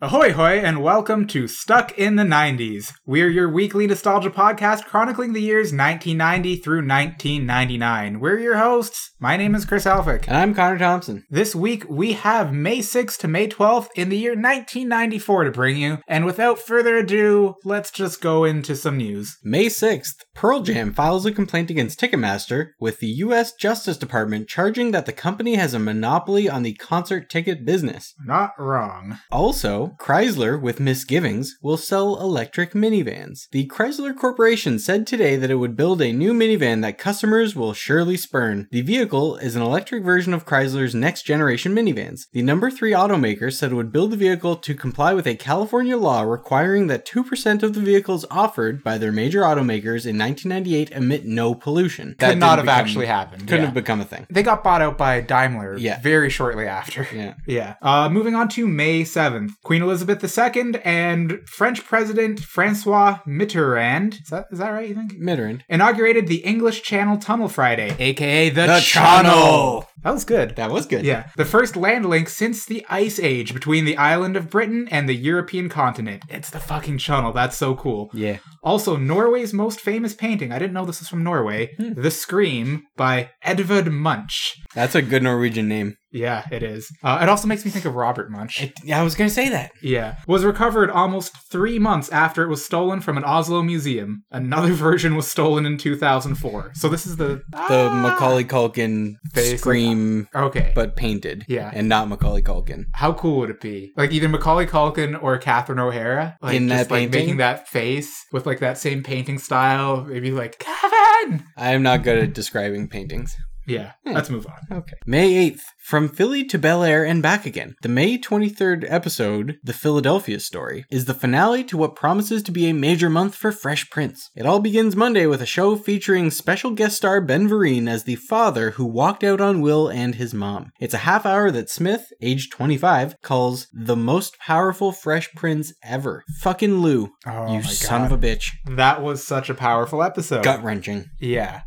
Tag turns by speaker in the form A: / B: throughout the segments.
A: Ahoy hoy and welcome to Stuck in the 90s. We're your weekly nostalgia podcast chronicling the years 1990 through 1999. We're your hosts. My name is Chris Alphick.
B: And I'm Connor Thompson.
A: This week we have May 6th to May 12th in the year 1994 to bring you. And without further ado, let's just go into some news.
B: May 6th, Pearl Jam files a complaint against Ticketmaster, with the U.S. Justice Department charging that the company has a monopoly on the concert ticket business.
A: Not wrong.
B: Also, Chrysler, with misgivings, will sell electric minivans. The Chrysler Corporation said today that it would build a new minivan that customers will surely spurn. The vehicle is an electric version of Chrysler's next generation minivans. The number three automaker said it would build the vehicle to comply with a California law requiring that 2% of the vehicles offered by their major automakers in 1998 emit no pollution.
A: Could not have
B: didn't become-
A: actually happened.
B: Couldn't
A: Yeah.
B: have become a thing.
A: They got bought out by Daimler
B: Yeah.
A: very shortly after.
B: Yeah.
A: Yeah. Uh, moving on to May 7th. Queen Elizabeth II and French President Francois Mitterrand, is that, is that right, you think?
B: Mitterrand.
A: Inaugurated the English Channel Tunnel Friday, aka the,
B: The Channel.
A: That was good.
B: That was good.
A: Yeah. The first land link since the Ice Age between the island of Britain and the European continent. It's the fucking Channel. That's so cool.
B: Yeah.
A: Also, Norway's most famous painting. I didn't know this was from Norway.
B: Hmm.
A: The Scream by Edvard Munch.
B: That's a good Norwegian name.
A: Yeah, it is. Uh, it also makes me think of Robert Munch.
B: I was going to say that.
A: Yeah. Was recovered almost three months after it was stolen from an Oslo museum. Another version was stolen in 2004. So this is the.
B: The
A: Ah!
B: Macaulay Culkin
A: Basically-
B: scream,
A: Okay. But
B: but painted.
A: Yeah.
B: And not Macaulay Culkin.
A: how cool would it be? Like either Macaulay Culkin or Catherine O'Hara. Like,
B: In
A: just,
B: that
A: like,
B: painting?
A: making that face with like that same painting style. Maybe like, Kevin!
B: I am not good at describing paintings.
A: Yeah.
B: Hmm.
A: Let's move on.
B: Okay. May 8th. From Philly to Bel Air and back again. The May 23rd episode, The Philadelphia Story, is the finale to what promises to be a major month for Fresh Prince. It all begins Monday with a show featuring special guest star Ben Vereen as the father who walked out on Will and his mom. It's a half hour that Smith, age 25, calls the most powerful Fresh Prince ever. Fucking Lou.
A: Oh,
B: you
A: my
B: son
A: God.
B: of a bitch.
A: That was such a powerful episode.
B: Gut wrenching.
A: Yeah.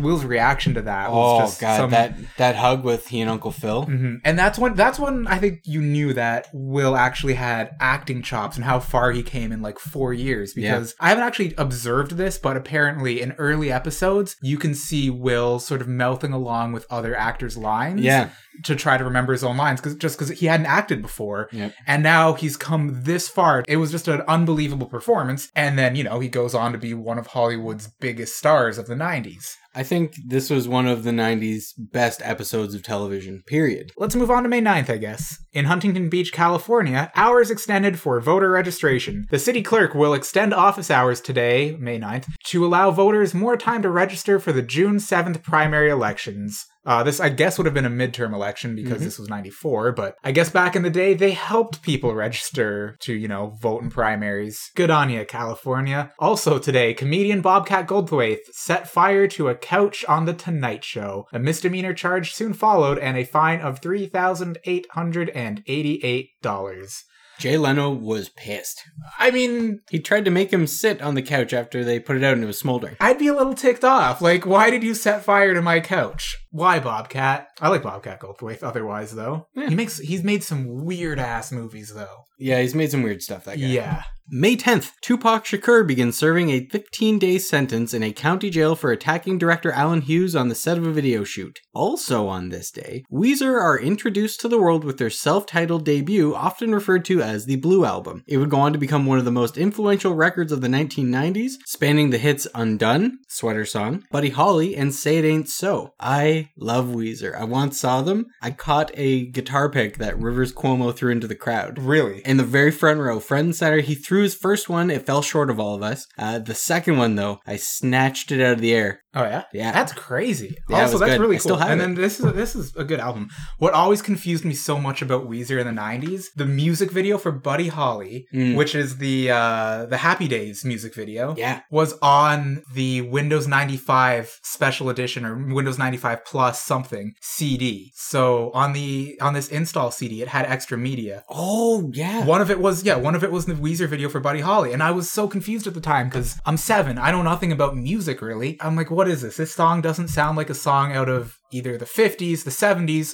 A: Will's reaction to that was
B: Oh
A: just
B: god,
A: some-
B: that that hug with he and Uncle Phil.
A: hmm And that's when that's when I think you knew that Will actually had acting chops and how far he came in like four years.
B: Yeah.
A: Because I haven't actually observed this, but apparently in early episodes you can see Will sort of melting along with other actors' lines.
B: Yeah.
A: To try to remember his own lines, because just because he hadn't acted before,
B: Yep.
A: and now he's come this far. It was just an unbelievable performance. And then you know he goes on to be one of Hollywood's biggest stars of the '90s.
B: I think this was one of the 90s best episodes of television, period.
A: Let's move on to May 9th, I guess. In Huntington Beach, California, hours extended for voter registration. The city clerk will extend office hours today, May 9th, to allow voters more time to register for the June 7th primary elections. Uh, this, I guess, would have been a midterm election because this was 94, but I guess back in the day, they helped people register to, you know, vote in primaries. Good on you, California. Also today, comedian Bobcat Goldthwait set fire to a couch on The Tonight Show. A misdemeanor charge soon followed and a fine of $3,888.
B: Jay Leno was pissed.
A: I mean,
B: He tried to make him sit on the couch after they put it out and it was smoldering.
A: I'd be a little ticked off. Like, why did you set fire to my couch? Why, Bobcat? I like Bobcat Goldthwait otherwise, though.
B: Yeah.
A: He makes, he's made some weird ass movies, though.
B: Yeah, he's made some weird stuff, that guy.
A: Yeah.
B: May 10th, Tupac Shakur begins serving a 15 day sentence in a county jail for attacking director Alan Hughes on the set of a video shoot. Also on this day, Weezer are introduced to the world with their self titled debut, often referred to as the Blue Album. It would go on to become one of the most influential records of the 1990s, spanning the hits Undone, Sweater Song, Buddy Holly, and Say It Ain't So. I love Weezer. I once saw them. I caught a guitar pick that Rivers Cuomo threw into the crowd
A: Really?
B: in the very front row, front and center. He threw his first one. It fell short of all of us. Uh, the second one, though, I snatched it out of the air.
A: Oh yeah,
B: Yeah.
A: That's crazy.
B: Yeah, it
A: also,
B: was
A: that's
B: good.
A: really
B: I
A: cool.
B: still have
A: and
B: it.
A: then this is this is a good album. What always confused me so much about Weezer in the '90s, the music video for Buddy Holly,
B: Mm.
A: which is the uh, the Happy Days music video,
B: Yeah.
A: was on the Windows 95 Special Edition or Windows 95 Plus something CD. So on the on this install CD, it had extra media.
B: Oh, yeah.
A: One of it was yeah, one of it was the Weezer video for Buddy Holly, and I was so confused at the time because I'm seven, I know nothing about music really. I'm like, what is this? This song doesn't sound like a song out of either the 50s, the 70s,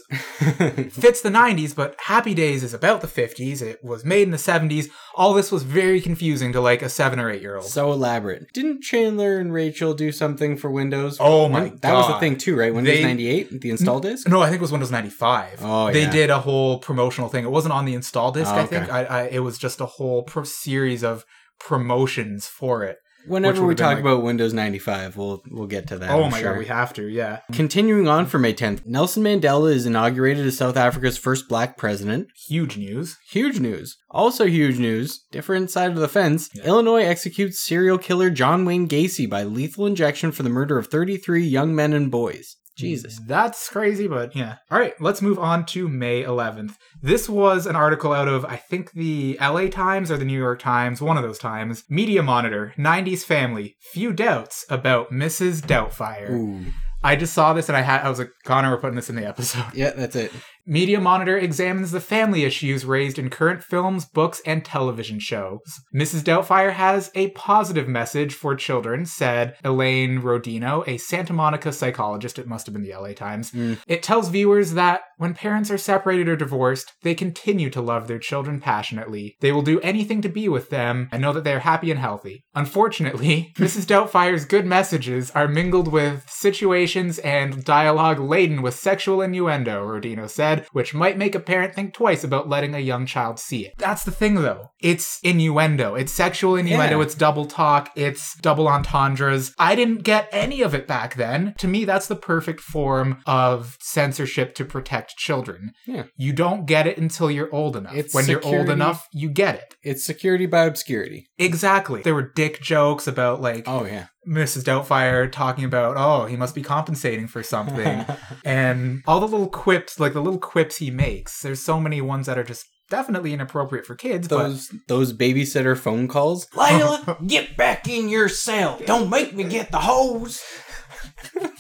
A: fits the 90s, but Happy Days is about the 50s. It was made in the 70s. All this was very confusing to like a seven or eight year old.
B: so elaborate. Didn't Chandler and Rachel do something for Windows?
A: Oh my
B: That was the
A: God.
B: thing too, right? Windows
A: They-
B: 98, the install disk?
A: No, I think it was Windows 95.
B: Oh,
A: They
B: yeah.
A: did a whole promotional thing. It wasn't on the install disc,
B: Oh,
A: I think.
B: okay.
A: I, I, it was just a whole pro- series of promotions for it.
B: Whenever we
A: would've been
B: talk
A: like-
B: about Windows 95, we'll we'll get to that.
A: oh
B: I'm
A: my
B: sure.
A: god, we have to, yeah.
B: Continuing on for May 10th, Nelson Mandela is inaugurated as South Africa's first black president.
A: Huge news.
B: Huge news. Also huge news, different side of the fence,
A: Yeah.
B: Illinois executes serial killer John Wayne Gacy by lethal injection for the murder of 33 young men and boys. Jesus.
A: That's crazy, but yeah. All right, let's move on to May 11th. This was an article out of, I think, the LA Times or the New York Times, one of those times. Media Monitor, 90s Family, Few Doubts About Mrs. Doubtfire.
B: Ooh.
A: I just saw this and I, had, I was like, Connor, we're putting this in the episode.
B: Yeah, that's it.
A: Media Monitor examines the family issues raised in current films, books, and television shows. Mrs. Doubtfire has a positive message for children, said Elaine Rodino, a Santa Monica psychologist. It must have been the LA Times.
B: Mm.
A: It tells viewers that when parents are separated or divorced, they continue to love their children passionately. They will do anything to be with them and know that they are happy and healthy. Unfortunately, Mrs. Doubtfire's good messages are mingled with situations and dialogue laden with sexual innuendo, Rodino said, which might make a parent think twice about letting a young child see it. That's the thing, though. It's innuendo. It's sexual innuendo.
B: Yeah.
A: It's double talk. It's double entendres. I didn't get any of it back then. To me, that's the perfect form of censorship to protect children.
B: Yeah.
A: You don't get it until you're old enough.
B: It's
A: when you're old
B: security-
A: enough, you get it.
B: It's security by obscurity.
A: Exactly. There were dick jokes about like
B: Oh yeah.
A: Mrs. Doubtfire talking about, oh, he must be compensating for something. and all the little quips, like the little quips he makes, there's so many ones that are just definitely inappropriate for kids,
B: those those babysitter phone calls.
A: Lila,
B: get back in your cell. Don't make me get the hose.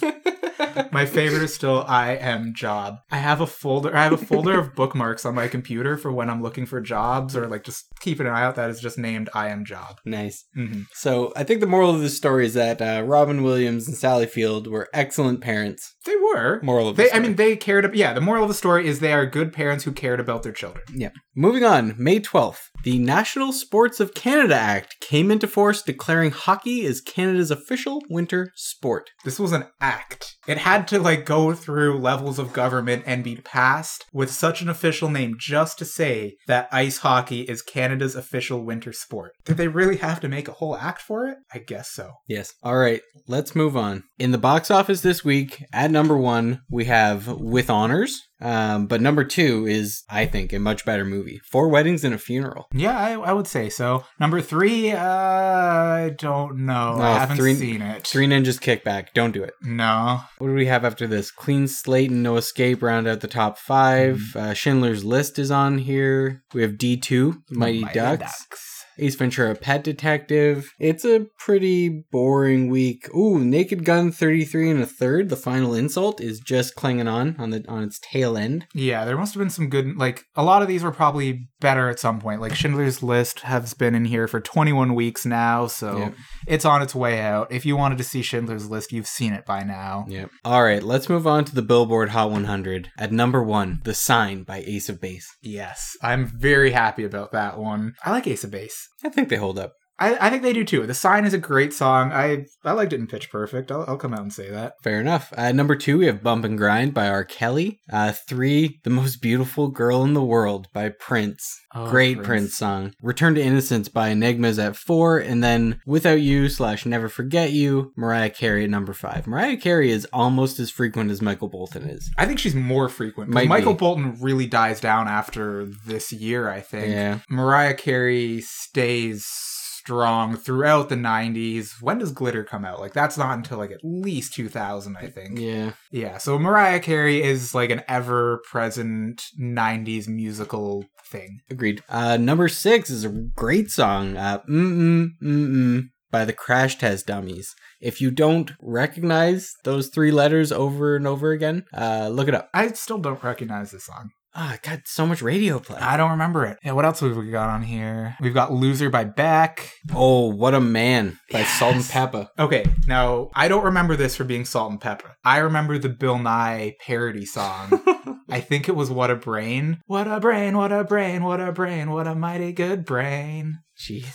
A: but my favorite is still I am job. I have a folder I have a folder of bookmarks on my computer for when I'm looking for jobs or like just keeping an eye out that is just named I am job.
B: Nice.
A: hmm
B: So I think the moral of this story is that uh, Robin Williams and Sally Field were excellent parents.
A: They were.
B: Moral of the
A: They, I
B: story.
A: mean, they cared. ab- Yeah, the moral of the story is they are good parents who cared about their children.
B: Yeah. Moving on, May 12th, the National Sports of Canada Act came into force declaring hockey as Canada's official winter sport.
A: This was an act. It had to like go through levels of government and be passed with such an official name just to say that ice hockey is Canada's official winter sport. Did they really have to make a whole act for it? I guess so.
B: Yes. All right, let's move on. In the box office this week, at number one, we have With Honors. Um, but number two is, I think, a much better movie Four Weddings and a Funeral.
A: Yeah, I, I would say so. Number three, uh, I don't know.
B: No,
A: I haven't
B: three-
A: seen it.
B: Three Ninjas Kickback. Don't do it.
A: No.
B: What do we have after this? Clean Slate and No Escape round out the top 5 Uh, Schindler's List is on here. We have D2, Mighty, Ducks. Ace Ventura Pet Detective. It's a pretty boring week. Ooh, Naked Gun 33 and a third. The final insult is just clinging on on the on its tail end.
A: Yeah, there must have been some good. Like a lot of these were probably better at some point. Like Schindler's List has been in here for 21 weeks now, so
B: Yeah.
A: it's on its way out. If you wanted to see Schindler's List, you've seen it by now.
B: Yep. All right, let's move on to the Billboard Hot 100. At number 1, The Sign by Ace of Base.
A: Yes, I'm very happy about that one. I like Ace of Base.
B: I think they hold up.
A: I, I think they do too. The Sign is a great song. I I liked it in Pitch Perfect. I'll, I'll come out and say that.
B: Fair enough. At number 2, we have Bump and Grind by R. Kelly. Uh 3, The Most Beautiful Girl in the World by Prince.
A: Oh,
B: Great Prince.
A: Prince.
B: song. Return to Innocence by Enigma's at four, and then Without You slash Never Forget You, Mariah Carey at number five. Mariah Carey is almost as frequent as Michael Bolton is.
A: I think she's more frequent. 'cause
B: Might be.
A: Michael Bolton really dies down after this year, I think.
B: Yeah.
A: Mariah Carey stays strong throughout the 90s. When does Glitter come out? Like, that's not until like at least 2000, I think.
B: Yeah.
A: Yeah, so Mariah Carey is like an ever present 90s musical thing.
B: Agreed. Uh, number six is a great song, uh, Mm-mm, Mm-mm by the Crash Test Dummies. If you don't recognize those three letters over and over again, uh, look it up.
A: I still don't recognize this song.
B: Ah, oh, got so much radio play.
A: I don't remember it. Yeah, what else have we got on here? We've got Loser by Beck.
B: Oh, What a Man by Salt and
A: Yes.
B: Peppa.
A: Okay, now I don't remember this for being salt and pepper. I remember the Bill Nye parody song. I think it was What a Brain. What a brain, what a brain, what a brain, what a mighty good brain.
B: Jeez.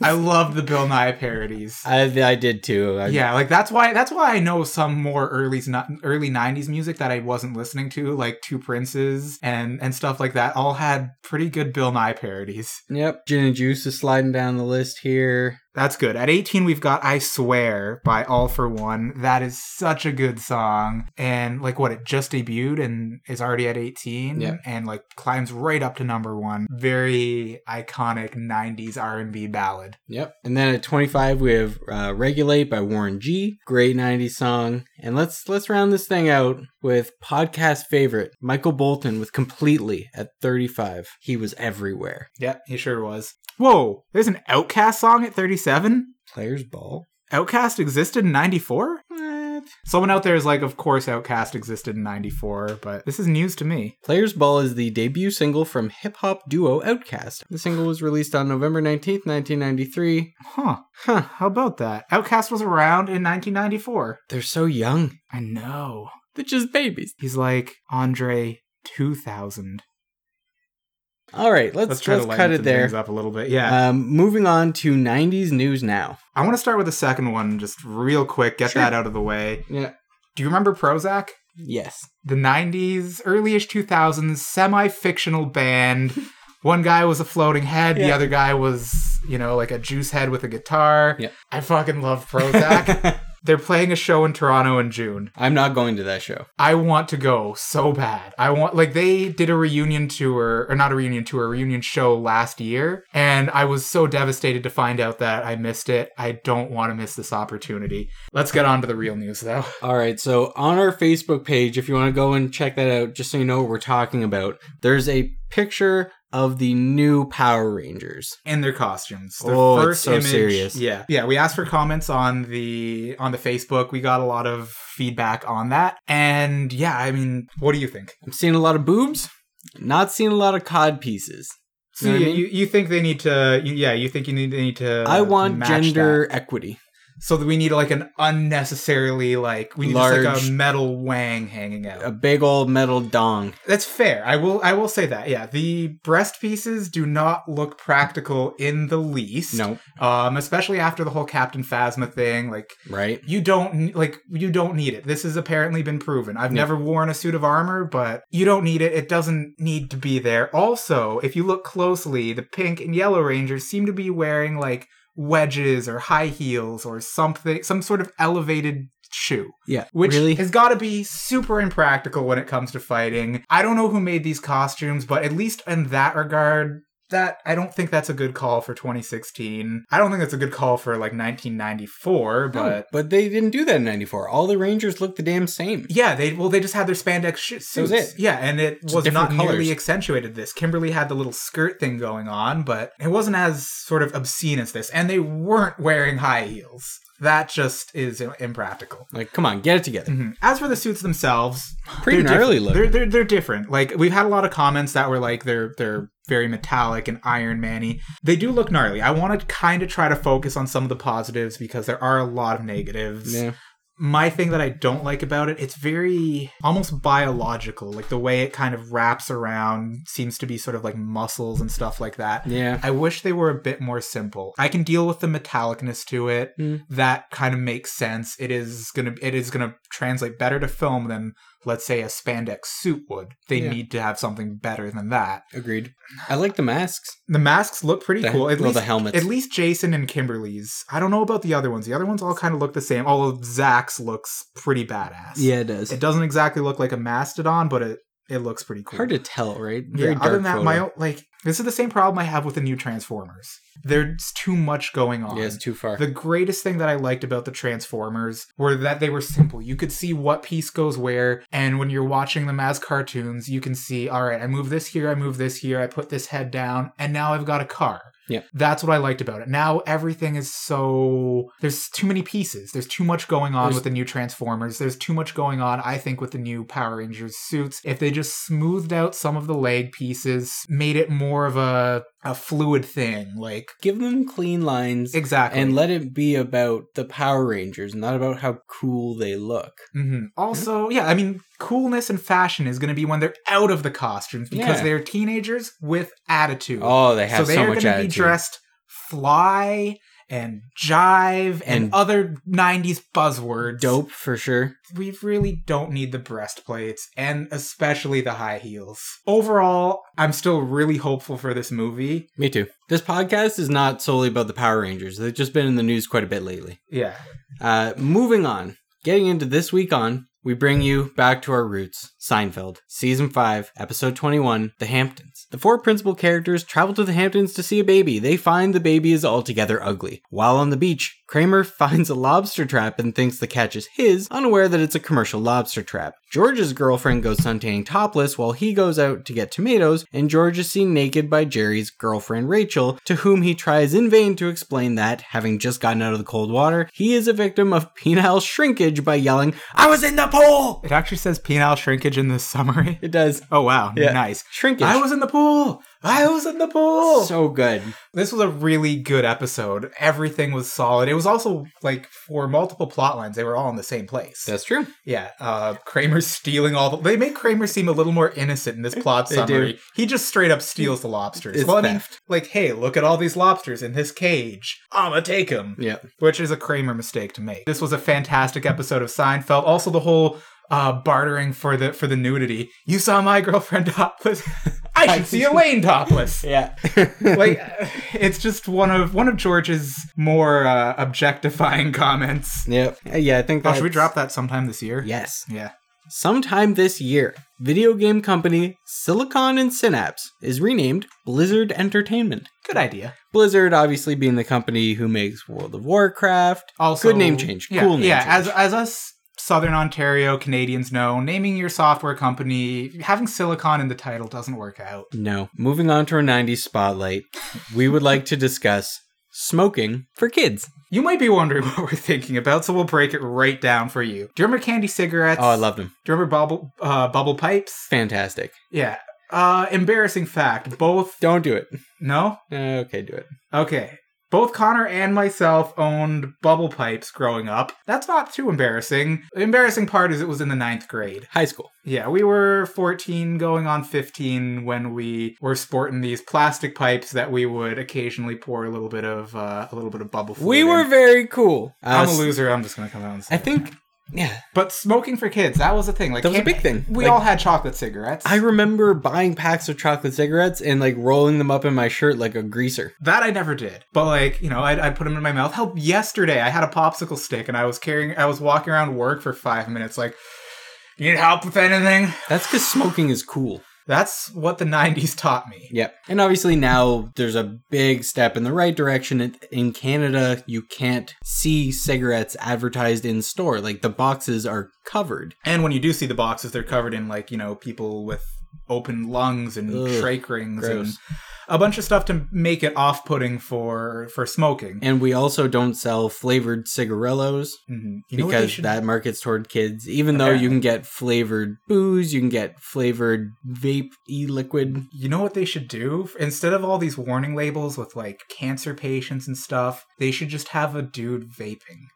A: I love the Bill Nye parodies.
B: I, I did too. I,
A: yeah, like that's why that's why I know some more early early '90s music that I wasn't listening to, like Two Princes and and stuff like that. All had pretty good Bill Nye parodies.
B: Yep. Gin and Juice is sliding down the list here.
A: That's good. At 18, we've got I Swear by All for One. That is such a good song. And like what, it just debuted and is already at 18
B: Yeah.
A: and like climbs right up to number one. Very iconic 90s R&B ballad.
B: Yep. And then at 25 we have uh, Regulate by Warren G. Great 90s song. And let's let's round this thing out with podcast favorite Michael Bolton with Completely at 35. He was everywhere.
A: Yep, he sure was. Whoa, there's an Outcast song at 37?
B: Players Ball.
A: Outcast existed in 94?
B: What?
A: Someone out there is like, of course Outcast existed in 94, but this is news to me.
B: Players Ball is the debut single from hip hop duo Outkast. The single was released on November 19th, 1993.
A: Huh.
B: Huh,
A: How about that? Outcast was around in 1994.
B: they're so young.
A: I know.
B: They're just babies.
A: He's like Andre 2000.
B: All right, let's, let's, cut it
A: some
B: there.
A: things up a little bit. Yeah.
B: Um, moving on to 90s news now.
A: I want to start with the second one just real quick, get
B: Sure.
A: that out of the way.
B: Yeah.
A: Do you remember Prozac?
B: Yes.
A: The 90s, early-ish 2000s semi-fictional band. One guy was a floating head, the
B: Yeah.
A: other guy was, you know, like a juice head with a guitar.
B: Yeah.
A: I fucking love Prozac. They're playing a show in Toronto in June.
B: I'm not going to that show.
A: I want to go so bad. I want like they did a reunion tour or not a reunion tour, a reunion show last year and I was so devastated to find out that I missed it. I don't want to miss this opportunity. Let's get on to the real news though.
B: All right, so on our Facebook page, if you want to go and check that out, just so you know what we're talking about, there's a picture of the new Power Rangers.
A: In their costumes. Their
B: Oh, it's
A: first
B: so
A: image-
B: serious.
A: Yeah. Yeah, we asked for comments on the on the Facebook. We got a lot of feedback on that. And yeah, I mean, what do you think?
B: I'm seeing a lot of boobs, not seeing a lot of cod pieces.
A: So
B: You know what I
A: you,
B: mean?
A: you, you think they need to you, yeah, you think you need they need to
B: I want
A: match that.
B: gender equity.
A: so that we need like an unnecessarily like we need just
B: Large-
A: like a metal wang hanging out.
B: A big old metal dong.
A: That's fair. I will I will say that. Yeah, the breast pieces do not look practical in the least.
B: No,
A: Um especially after the whole Captain Phasma thing, like
B: right?
A: you don't n- like you don't need it. This has apparently been proven. I've
B: Yeah.
A: never worn a suit of armor, but you don't need it. It doesn't need to be there. Also, if you look closely, the pink and yellow rangers seem to be wearing like wedges or high heels or something some sort of elevated shoe
B: Yeah.
A: which
B: really?
A: has got to be super impractical when it comes to fighting i don't know who made these costumes but at least in that regard that i don't think that's a good call for 2016 i don't think that's a good call for like 1994
B: No,
A: but
B: but they didn't do that in '94. All the Rangers looked the damn same.
A: Yeah, they well they just had their spandex sh- suits.
B: That was it.
A: Yeah, and it
B: Just
A: was not
B: different colours.
A: nearly accentuated this. Kimberly had the little skirt thing going on, but it wasn't as sort of obscene as this. And they weren't wearing high heels. That just is i- impractical.
B: Like, come on, get it together.
A: Mhm. As for the suits themselves,
B: Pretty
A: they're
B: gnarly
A: different.
B: looking.
A: They're, they're they're different. Like we've had a lot of comments that were like they're they're very metallic and Iron Man-y. They do look gnarly. I want to kind of try to focus on some of the positives because there are a lot of negatives
B: Yeah.
A: my thing that I don't like about it, it's very almost biological. Like the way it kind of wraps around seems to be sort of like muscles and stuff like that.
B: Yeah.
A: I wish they were a bit more simple. I can deal with the metallicness to it.
B: Mm.
A: That kind of makes sense. It is gonna it is gonna translate better to film than let's say a spandex suit would. They
B: Yeah.
A: need to have something better than that.
B: Agreed. I like the masks.
A: The masks look pretty
B: The,
A: cool. At
B: well,
A: least
B: the helmets.
A: at least Jason and Kimberly's. I don't know about the other ones. The other ones all kind of look the same. Although Zach's looks pretty badass.
B: yeah, it does.
A: It doesn't exactly look like a mastodon, but it it looks pretty cool.
B: Hard to tell, right?
A: yeah. Other than that,
B: photo.
A: my own, like this is the same problem I have with the new Transformers. There's too much going on.
B: yeah, it's too far.
A: The greatest thing that I liked about the Transformers were that they were simple. You could see what piece goes where, and when you're watching them as cartoons, you can see, all right, I move this here, I move this here, I put this head down, and now I've got a car.
B: Yeah.
A: That's what I liked about it. Now everything is so there's too many pieces. There's too much going on
B: There's-
A: with the new Transformers. There's too much going on, I think, with the new Power Rangers suits. If they just smoothed out some of the leg pieces, made it more of a a fluid thing, like
B: Give them clean lines
A: exactly.
B: and let it be about the Power Rangers, not about how cool they look.
A: hmm Also, yeah, I mean, coolness and fashion is going to be when they're out of the costumes because
B: Yeah.
A: they're teenagers with attitude.
B: Oh, they have so,
A: they are
B: much
A: gonna
B: attitude.
A: be dressed fly and jive and,
B: And-
A: other 90s buzzwords.
B: Dope for sure.
A: We really don't need the breastplates and especially the high heels. Overall, I'm still really hopeful for this movie.
B: Me too. This podcast is not solely about the Power Rangers. They've just been in the news quite a bit lately.
A: Yeah.
B: Uh, moving on, getting into this week on, we bring you back to our roots Seinfeld, Season 5, Episode 21 The Hamptons. The four principal characters travel to the Hamptons to see a baby. They find the baby is altogether ugly. While on the beach, Kramer finds a lobster trap and thinks the catch is his, unaware that it's a commercial lobster trap. George's girlfriend goes suntanning topless while he goes out to get tomatoes, and George is seen naked by Jerry's girlfriend Rachel, to whom he tries in vain to explain that, having just gotten out of the cold water, he is a victim of penile shrinkage by yelling, I was in the pool!
A: It actually says penile shrinkage in the summary.
B: It does.
A: Oh, wow.
B: Yeah.
A: Nice.
B: Shrinkage.
A: I was in the pool. I was in the pool.
B: so good.
A: This was a really good episode. Everything was solid. It was also like for multiple plot lines, they were all in the same place.
B: That's true.
A: yeah, uh, Kramer stealing all the. They make Kramer seem a little more innocent in this plot
B: They do.
A: summary. He just straight up steals the lobsters.
B: It's
A: well, I mean,
B: theft.
A: like, hey, look at all these lobsters in this cage. I'ma take them,
B: Yeah.
A: which is a Kramer mistake to make. This was a fantastic episode of Seinfeld. Also, the whole uh, bartering for the for the nudity. You saw my girlfriend topless. I should see Elaine topless
B: Yeah.
A: like it's just one of one of George's more uh, objectifying comments.
B: yep. Yeah, I think
A: Oh,
B: that's...
A: should we drop that sometime this year?
B: Yes.
A: Yeah.
B: Sometime this year, video game company Silicon and Synapse is renamed Blizzard Entertainment.
A: Good idea.
B: Blizzard, obviously, being the company who makes World of Warcraft.
A: Also,
B: Good name change.
A: Yeah,
B: Cool name
A: yeah.
B: change.
A: As as us Southern Ontario Canadians know, naming your software company having silicon in the title doesn't work out.
B: No. Moving on to our 90s spotlight, we would like to discuss smoking for kids.
A: You might be wondering what we're thinking about, so we'll break it right down for you. Do you remember candy cigarettes?
B: Oh, I love them.
A: Do you remember bubble uh, bubble pipes?
B: Fantastic.
A: Yeah. Uh, embarrassing fact. Both.
B: Don't do it.
A: No.
B: Okay, do it.
A: Okay. Both Connor and myself owned bubble pipes growing up. That's not too embarrassing. The embarrassing part is it was in the ninth grade.
B: High school.
A: Yeah, we were 14 going on 15 when we were sporting these plastic pipes that we would occasionally pour a little bit of uh, a little bit of bubble fluid.
B: We
A: in.
B: were very cool.
A: I'm
B: Uh,
A: a loser. I'm just gonna come out and say.
B: I
A: it.
B: think, yeah,
A: But smoking for kids, that was a thing. Like
B: that was a
A: can't-
B: big thing.
A: We
B: Like,
A: all had chocolate cigarettes.
B: I remember buying packs of chocolate cigarettes and like rolling them up in my shirt like a greaser.
A: That I never did. But like, you know, I'd, I'd put them in my mouth. Help, yesterday I had a popsicle stick and I was carrying, I was walking around work for five minutes like, you need help with anything?
B: That's because smoking is cool.
A: That's what the 90s taught me.
B: Yep. And obviously now there's a big step in the right direction. In- In Canada, you can't see cigarettes advertised in store. Like the boxes are covered.
A: And when you do see the boxes, they're covered in like, you know, people with open lungs and
B: Ugh,
A: trach rings and
B: Gross.
A: a bunch of stuff to make it off putting for for smoking.
B: And we also don't sell flavored cigarillos
A: Mhm. You know what they
B: because
A: should-
B: that markets toward kids. Even though you
A: Apparently.
B: can get flavored booze, you can get flavored vape e liquid.
A: You know what they should do? Instead of all these warning labels with like cancer patients and stuff, they should just have a dude vaping.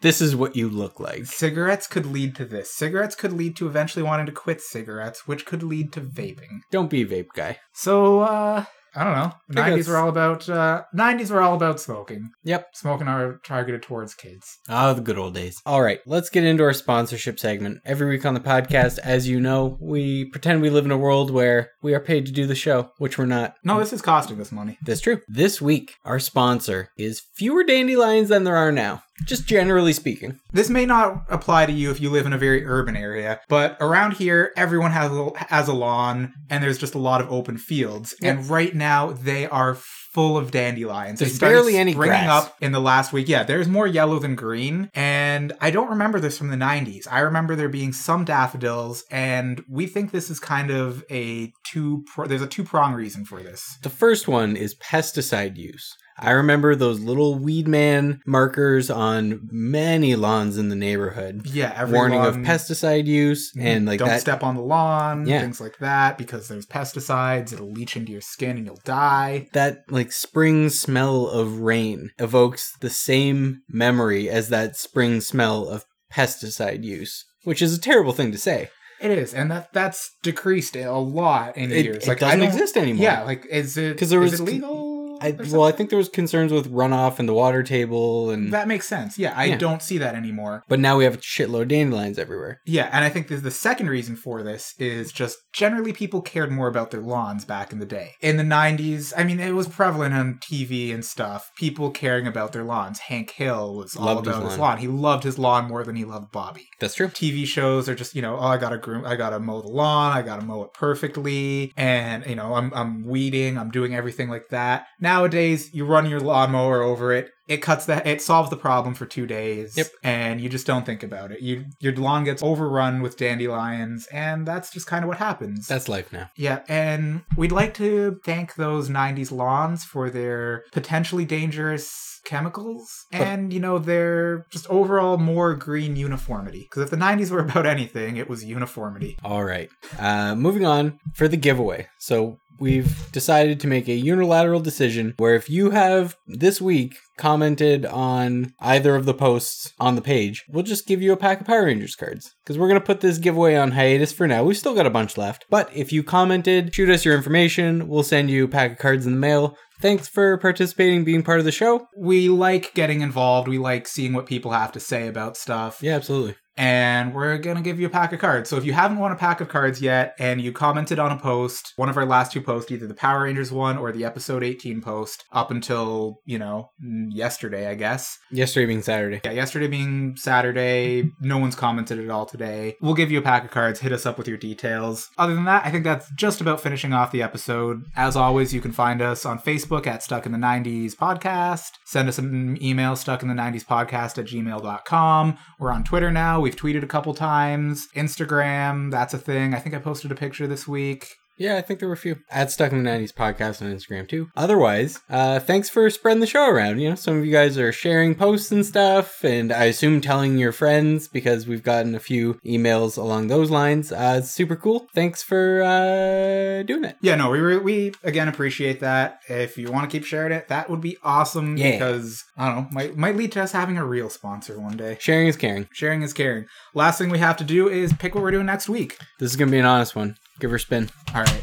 B: This is what you look like.
A: Cigarettes could lead to this. Cigarettes could lead to eventually wanting to quit cigarettes, which could lead to vaping.
B: Don't be a vape guy.
A: So, uh, I don't know.
B: think
A: Nineties
B: that's-
A: were all about uh, nineties were all about smoking.
B: Yep.
A: Smoking are targeted towards kids.
B: Ah, the good old days. All right, let's get into our sponsorship segment. Every week on the podcast, as you know, we pretend we live in a world where we are paid to do the show, which we're not.
A: No, this is costing us money.
B: That's true. This week, our sponsor is fewer dandelions than there are now, just generally speaking.
A: This may not apply to you if you live in a very urban area, but around here, everyone has a, has a lawn, and there's just a lot of open fields. And right now, they are full of dandelions.
B: There's
A: They started
B: barely any
A: springing
B: grass.
A: up in the last week. Yeah, there's more yellow than green, and I don't remember this from the 90s. I remember there being some daffodils, and we think this is kind of a two. Pro- there's a two prong reason for this.
B: The first one is pesticide use. I remember those little weed man markers on many lawns in the neighborhood.
A: Yeah, every
B: warning of
A: lawn- Mm-hmm.
B: pesticide use and like
A: don't
B: that.
A: step on the lawn,
B: Yeah.
A: things like that, because there's pesticides. It'll leach into your skin and you'll die.
B: that like spring smell of rain evokes the same memory as that spring smell of pesticide use, which is a terrible thing to say.
A: It is, and that that's decreased a lot in
B: It,
A: years.
B: it
A: like I
B: doesn't
A: don't-
B: exist anymore.
A: Yeah, like is it
B: 'Cause there
A: is
B: was-
A: it legal?
B: I,
A: or
B: well, I
A: something?
B: think there was concerns with runoff and the water table, and
A: that makes sense. Yeah, I
B: Yeah.
A: don't see that anymore.
B: but now we have a shitload of dandelions everywhere.
A: Yeah, and I think the, the second reason for this is just generally people cared more about their lawns back in the day. In the 90s, I mean, it was prevalent on TV and stuff. People caring about their lawns. Hank Hill was all
B: Loved his
A: about his
B: lawn.
A: lawn. He loved his lawn more than he loved Bobby.
B: That's true.
A: TV shows are just, you know, oh, I gotta groom, I gotta mow the lawn, I gotta mow it perfectly, and you know, I'm I'm weeding, I'm doing everything like that. Nowadays, you run your lawnmower over it, it cuts that, it solves the problem for two days,
B: Yep.
A: and you just don't think about it. You your lawn gets overrun with dandelions, and that's just kind of what happens.
B: That's life now.
A: Yeah, and we'd like to thank those 90s lawns for their potentially dangerous chemicals and, you know, their just overall more green uniformity. Because if the 90s were about anything, it was uniformity.
B: All right. Uh, moving on for the giveaway. So we've decided to make a unilateral decision where if you have this week commented on either of the posts on the page, we'll just give you a pack of Power Rangers cards because we're going to put this giveaway on hiatus for now. We've still got a bunch left. But if you commented, shoot us your information. We'll send you a pack of cards in the mail. Thanks for participating, being part of the show.
A: We like getting involved, we like seeing what people have to say about stuff,
B: Yeah, absolutely.
A: and we're going to give you a pack of cards. So if you haven't won a pack of cards yet and you commented on a post, one of our last two posts, either the Power Rangers one or the episode 18 post, up until, you know, yesterday, I guess.
B: Yesterday being Saturday.
A: Yeah, yesterday being Saturday, no one's commented at all today. We'll give you a pack of cards. Hit us up with your details. Other than that, I think that's just about finishing off the episode. As always, you can find us on Facebook at Stuck in the 90s Podcast. Send us an email, stuck in the 90s podcast at gmail.com. We're on Twitter now. We've tweeted a couple times. Instagram, that's a thing. I think I posted a picture this week.
B: Yeah, I think there were a few. At Stuck in the 90s podcast on Instagram too. Otherwise, uh, thanks for spreading the show around. You know, some of you guys are sharing posts and stuff, and I assume telling your friends because we've gotten a few emails along those lines. Uh, it's super cool. Thanks for uh, doing it.
A: Yeah, no, we re- we again appreciate that. If you want to keep sharing it, that would be awesome
B: Yeah.
A: because I don't know, might might lead to us having a real sponsor one day.
B: Sharing is caring.
A: Sharing is caring. Last thing we have to do is pick what we're doing next week.
B: This is going to be an honest one. Give her a spin.
A: All right.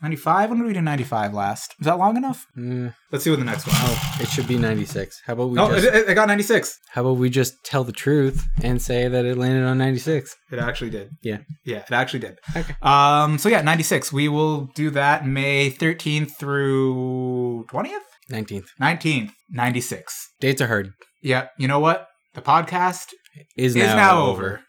A: 95? When did we do 95 last? Is that long enough?
B: Mm,
A: Let's see what the next one.
B: oh, it should be 96. How about we
A: No,
B: just,
A: it, it, it got 96.
B: how about we just tell the truth and say that it landed on 96?
A: It actually did.
B: Yeah.
A: Yeah, it actually did.
B: Okay.
A: Um. So yeah, 96. We will do that May 13th through 20th?
B: 19th.
A: 19th. 96.
B: Dates are hard.
A: Yeah, you know what? The podcast
B: Is,
A: is now, over.